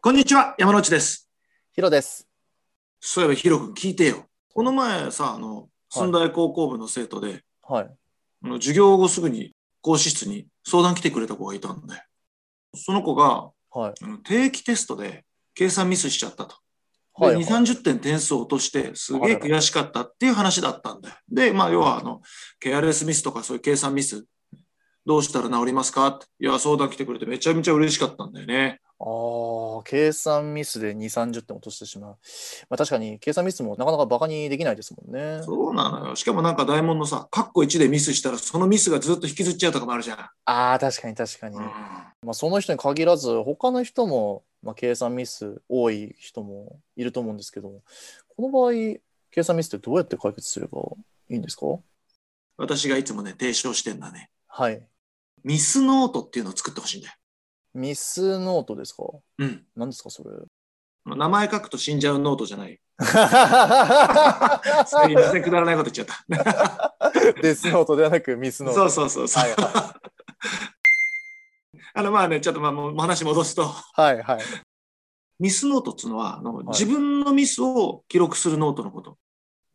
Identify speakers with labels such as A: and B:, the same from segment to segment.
A: こんにちは、山之内です。
B: ヒロです。
A: そういえば、ヒロ君、聞いてよ。この前さ、あの、駿台高校部の生徒で、
B: はい。
A: あの授業後すぐに、講師室に相談来てくれた子がいたんで、その子が、
B: はい。
A: あの定期テストで計算ミスしちゃったと。で、
B: はい。
A: 2、30点点数を落として、すげえ
B: あらら
A: 悔しかったっていう話だったんだよ。で、まあ、要は、あの、ケアレスミスとかそういう計算ミス、どうしたら治りますかっていや、相談来てくれてめちゃめちゃ嬉しかったんだよね。
B: ああ、計算ミスで2、30点落としてしまう。まあ確かに計算ミスもなかなかバカにできないですもんね。
A: そうなのよ。しかもなんか大門のさ、カッコ1でミスしたら、そのミスがずっと引きずっちゃうとかもあるじゃん。
B: ああ、確かに確かに。
A: うん
B: まあその人に限らず、他の人も、まあ、計算ミス多い人もいると思うんですけど、この場合、計算ミスってどうやって解決すればいいんですか
A: 私がいつもね、提唱してんだね。
B: はい。
A: ミスノートっていうのを作ってほしいんだよ。
B: ミスノートですか
A: うん。
B: 何ですかそれ。
A: 名前書くと死んじゃうノートじゃない。すいませ
B: デ
A: ん、くだらないこと言っちゃった。
B: スノートではなくミ スノー
A: そ
B: ト。
A: うそうそうそう。
B: はいは
A: あの、まあね、ちょっとまあ、もう話戻すと、
B: い。はいはい。
A: ミスノートっていうのはあの、
B: い
A: 自分のミスを記録するノートのこと。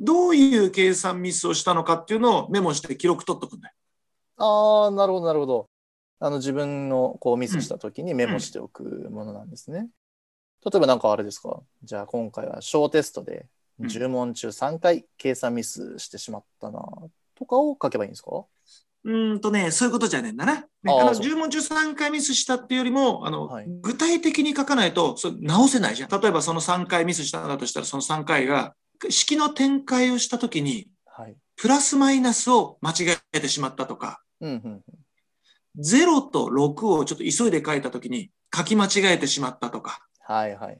A: どういう計算ミスをしたのかっていうのをメモして記録取っとくんだよ
B: ああ、なるほど、なるほど。あの、自分のこうミスした時にメモしておくものなんですね。例えばなんかあれですかじゃあ今回は小テストで
A: うん
B: 10問中3回計算ミスしてしまったなとかを書けばいいんですか
A: うーんとね、そういうことじゃねえんだな。ねあ
B: あー
A: の
B: そう
A: 10問中3回ミスしたっていうよりも、あの
B: はい
A: 具体的に書かないとそれ直せないじゃん。例えばその3回ミスしたんだとしたら、その3回が式の展開をしたときに、
B: はい。
A: プラスマイナスを間違えてしまったとか、
B: うんうん。
A: 0と6をちょっと急いで書いたときに書き間違えてしまったとか、
B: はいはい。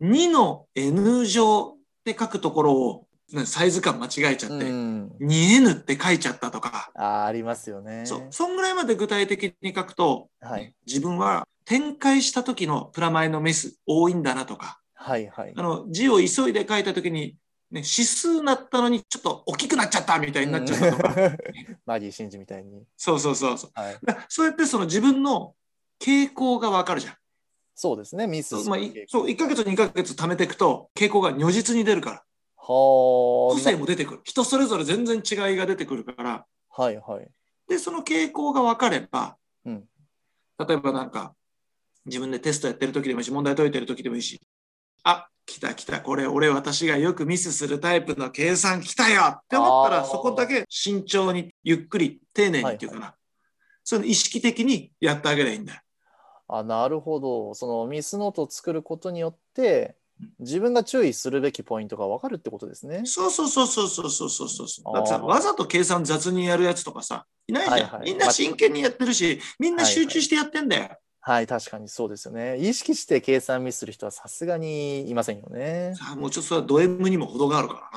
A: 2の N 乗って書くところをねサイズ感間違えちゃっ
B: う
A: て、
B: ん。
A: 2N って書いちゃったとか、
B: あーありますよね。
A: そう、そんぐらいまで具体的に書くと、
B: はい。
A: 自分は展開した時のプラマイのミス多いんだなとか、
B: はいはい
A: あ。の字を急いで書いた時に、ね、指数なったのにちょっと大きくなっちゃったみたいになっちゃったとか、
B: うん マギー真司みたいに。
A: そうそうそうそう。
B: はい。
A: だからそうやってその自分の傾向がわかるじゃん。
B: そうですね、ミス
A: そ
B: し
A: う,、
B: た
A: まあ、
B: 経
A: い
B: 験
A: そう1ヶ月2ヶ月貯めていくと傾向が如実に出るから、
B: は
A: 個
B: あ。
A: 性も出てくる。人それぞれ全然違いが出てくるから、
B: はいはい。
A: で、その傾向がわかれば、
B: うん
A: 例えばなんか、自分でテストやってる時でもいいし、問題解いてる時でもいいし、あ、来た来た、これ俺私がよくミスするタイプの計算来たよって思った
B: あ
A: ら、
B: ー
A: そこだけ慎重に、ゆっくり、丁寧にっていうかな。そういうの意識的にやってあげればいいんだよ。
B: あなるほどそのミスノートを作ることによって
A: うん
B: 自分が注意するべきポイントが分かるってことですね。
A: そうそうそうそうそうそうそうそう。だってさ、
B: あー
A: わざと計算雑にやるやつとかさ、いないじゃん。
B: はいはい
A: みんな真剣にやってるし、みんな集中してやってんだよ。
B: はい確かにそうですよね。意識して計算ミスする人はさすがにいませんよね。
A: さあ、もうちょっとそれはド M にも程があるか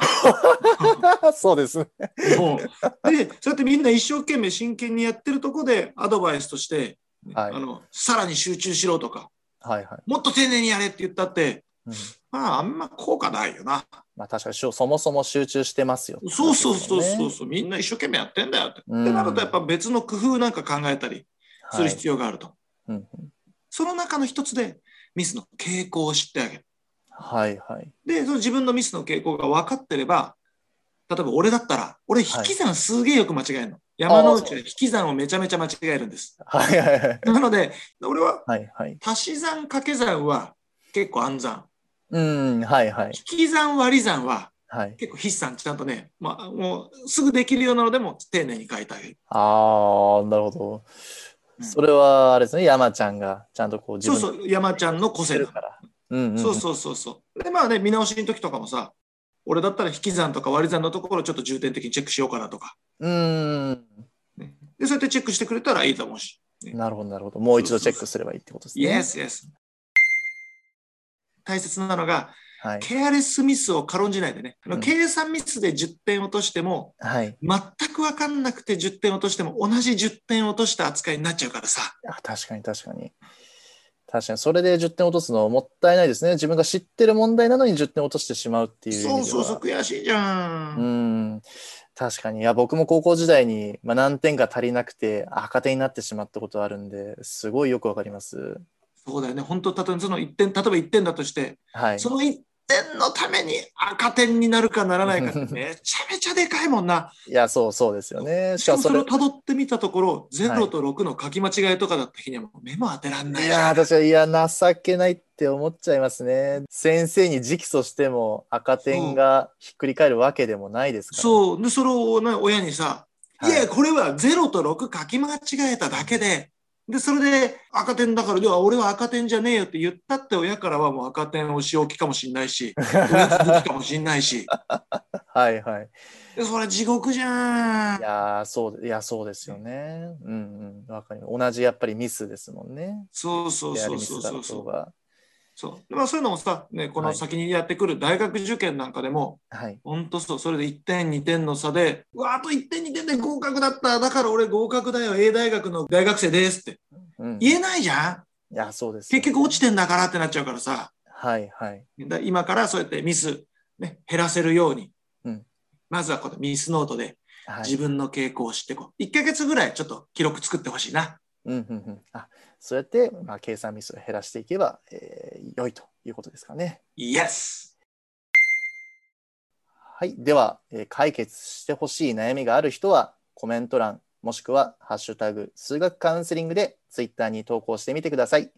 A: らな。
B: そうですね。
A: もうでそうやってみんな一生懸命真剣にやってるとこでアドバイスとして、
B: はい
A: あのさらに集中しろとか
B: はいはい。
A: もっと丁寧にやれって言ったって
B: うん
A: まああんま効果ないよな
B: まあ確かにしょそもそも集中してますよ、
A: そうそうそうそう
B: う。
A: そう、みんな一生懸命やってんだよって、
B: うん
A: ってなるとやっぱ別の工夫なんか考えたりする必要があると、
B: はいうん
A: その中の一つでミスの傾向を知ってあげる
B: はいはい。
A: でその自分のミスの傾向が分かってれば例えば俺だったら俺引き算すげえよく間違えるの、山之内は引き算をめちゃめちゃ間違えるんです
B: はいはいはい。
A: なので、俺は
B: はいはい。
A: 足し算掛け算は結構暗算、
B: うんはいはい。
A: 引き算割り算は
B: はい、
A: 結構筆算ちゃんとね、まあ、もうすぐできるようなのでも丁寧に書いてあげる。
B: ああなるほど。
A: うん
B: それはあれですね山ちゃんがちゃんとこう自
A: そう
B: 分
A: そう、山ちゃんの個
B: し
A: 性
B: てる
A: だ。
B: から。うんうん、
A: そうそうそうそう。で、まあね、見直しの時とかもさ、俺だったら引き算とか割り算のところをちょっと重点的にチェックしようかなとか。
B: うーん。
A: で、そうやってチェックしてくれたらいいと思うし。
B: なるほど、なるほど。もう一度チェックすればいいってことですね。
A: Yes, yes. 大切なのが、
B: はい。
A: ケアレスミスを軽んじないでね。あの
B: うん
A: 計算ミスで10点落としても、
B: はい。
A: 全く分かんなくて10点落としても同じ10点落とした扱いになっちゃうからさ
B: あ確かに、確かに。確かに、それで10点落とすのはもったいないですね。自分が知ってる問題なのに10点落としてしまうっていう意味で
A: そ
B: は。
A: うそうそう悔しいじゃん、
B: うーん。確かに。いや、僕も高校時代に、まあ、何点か足りなくて赤点になってしまったことあるんで、すごいよくわかります。
A: そうだよね。本当、例えばその1点、例えば1点だとして、
B: はい。
A: その1点のために赤点になるかならないか ってめちゃめちゃでかいもんな。
B: いや、そうそうですよね。
A: し
B: し
A: かも
B: かも
A: そ
B: そ
A: れ
B: れ
A: を、辿ってみたところ、0と6の書き間違いとかだった日にはもう目も当てらんない
B: い
A: じゃん
B: や、私はいや、情けないって思っちゃいますね。先生に直訴しても赤点がひっくり返るわけでもないですから。う。
A: そう。で、それを、ね、親にさ、いや、
B: はい、
A: これは0と6書き間違えただけで、で、それで赤点だから、では俺は赤点じゃねえよって言ったって親からはもう赤点をし置きかもしんないし、親 続きかもしんないし、
B: はいはい。
A: でそれ地獄じゃ
B: い
A: ん。
B: やー、そう、いや、そうですよね。うんうん。わかります同じやっぱりミスですもんね。
A: そうそう
B: や
A: そ
B: り
A: う
B: ミ
A: そ
B: ス
A: う
B: だ
A: そ
B: ろ
A: うそうう。
B: が。
A: そうでまあ、そういうのもさ、ね、この先にやってくる大学受験なんかでも、
B: はい。
A: ほんとそう、それで1点、2点の差で、うわ、あと1点、2点で合格だった、だから俺合格だよ、A 大学の大学生ですって
B: うん、い
A: 言えないじゃん。
B: や、そうです、
A: 結局落ちてんだからってなっちゃうからさ。
B: はいはい。
A: だ今からそうやってミス、ね、減らせるように、
B: うん
A: まずはこのミスノートで
B: はい、
A: 自分の傾向を知ってこう、1ヶ月ぐらいちょっと記録作ってほしいな。
B: うんうんうん、あそうやって、まあ、計算ミスを減らしていけば、えー良いということですかね。
A: イエス
B: はい、では、えー解決してほしい悩みがある人はコメント欄もしくは「ハッシュタグ数学カウンセリング」でツイッターに投稿してみてください。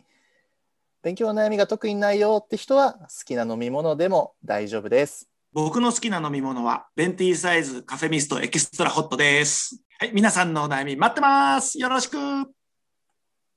B: 勉強の悩みが特にないよって人は好きな飲み物でも大丈夫です。
A: 僕の好きな飲み物は、ベンティーサイズカフェミストエキストラホットです。はい、皆さんのお悩み待ってますよろしく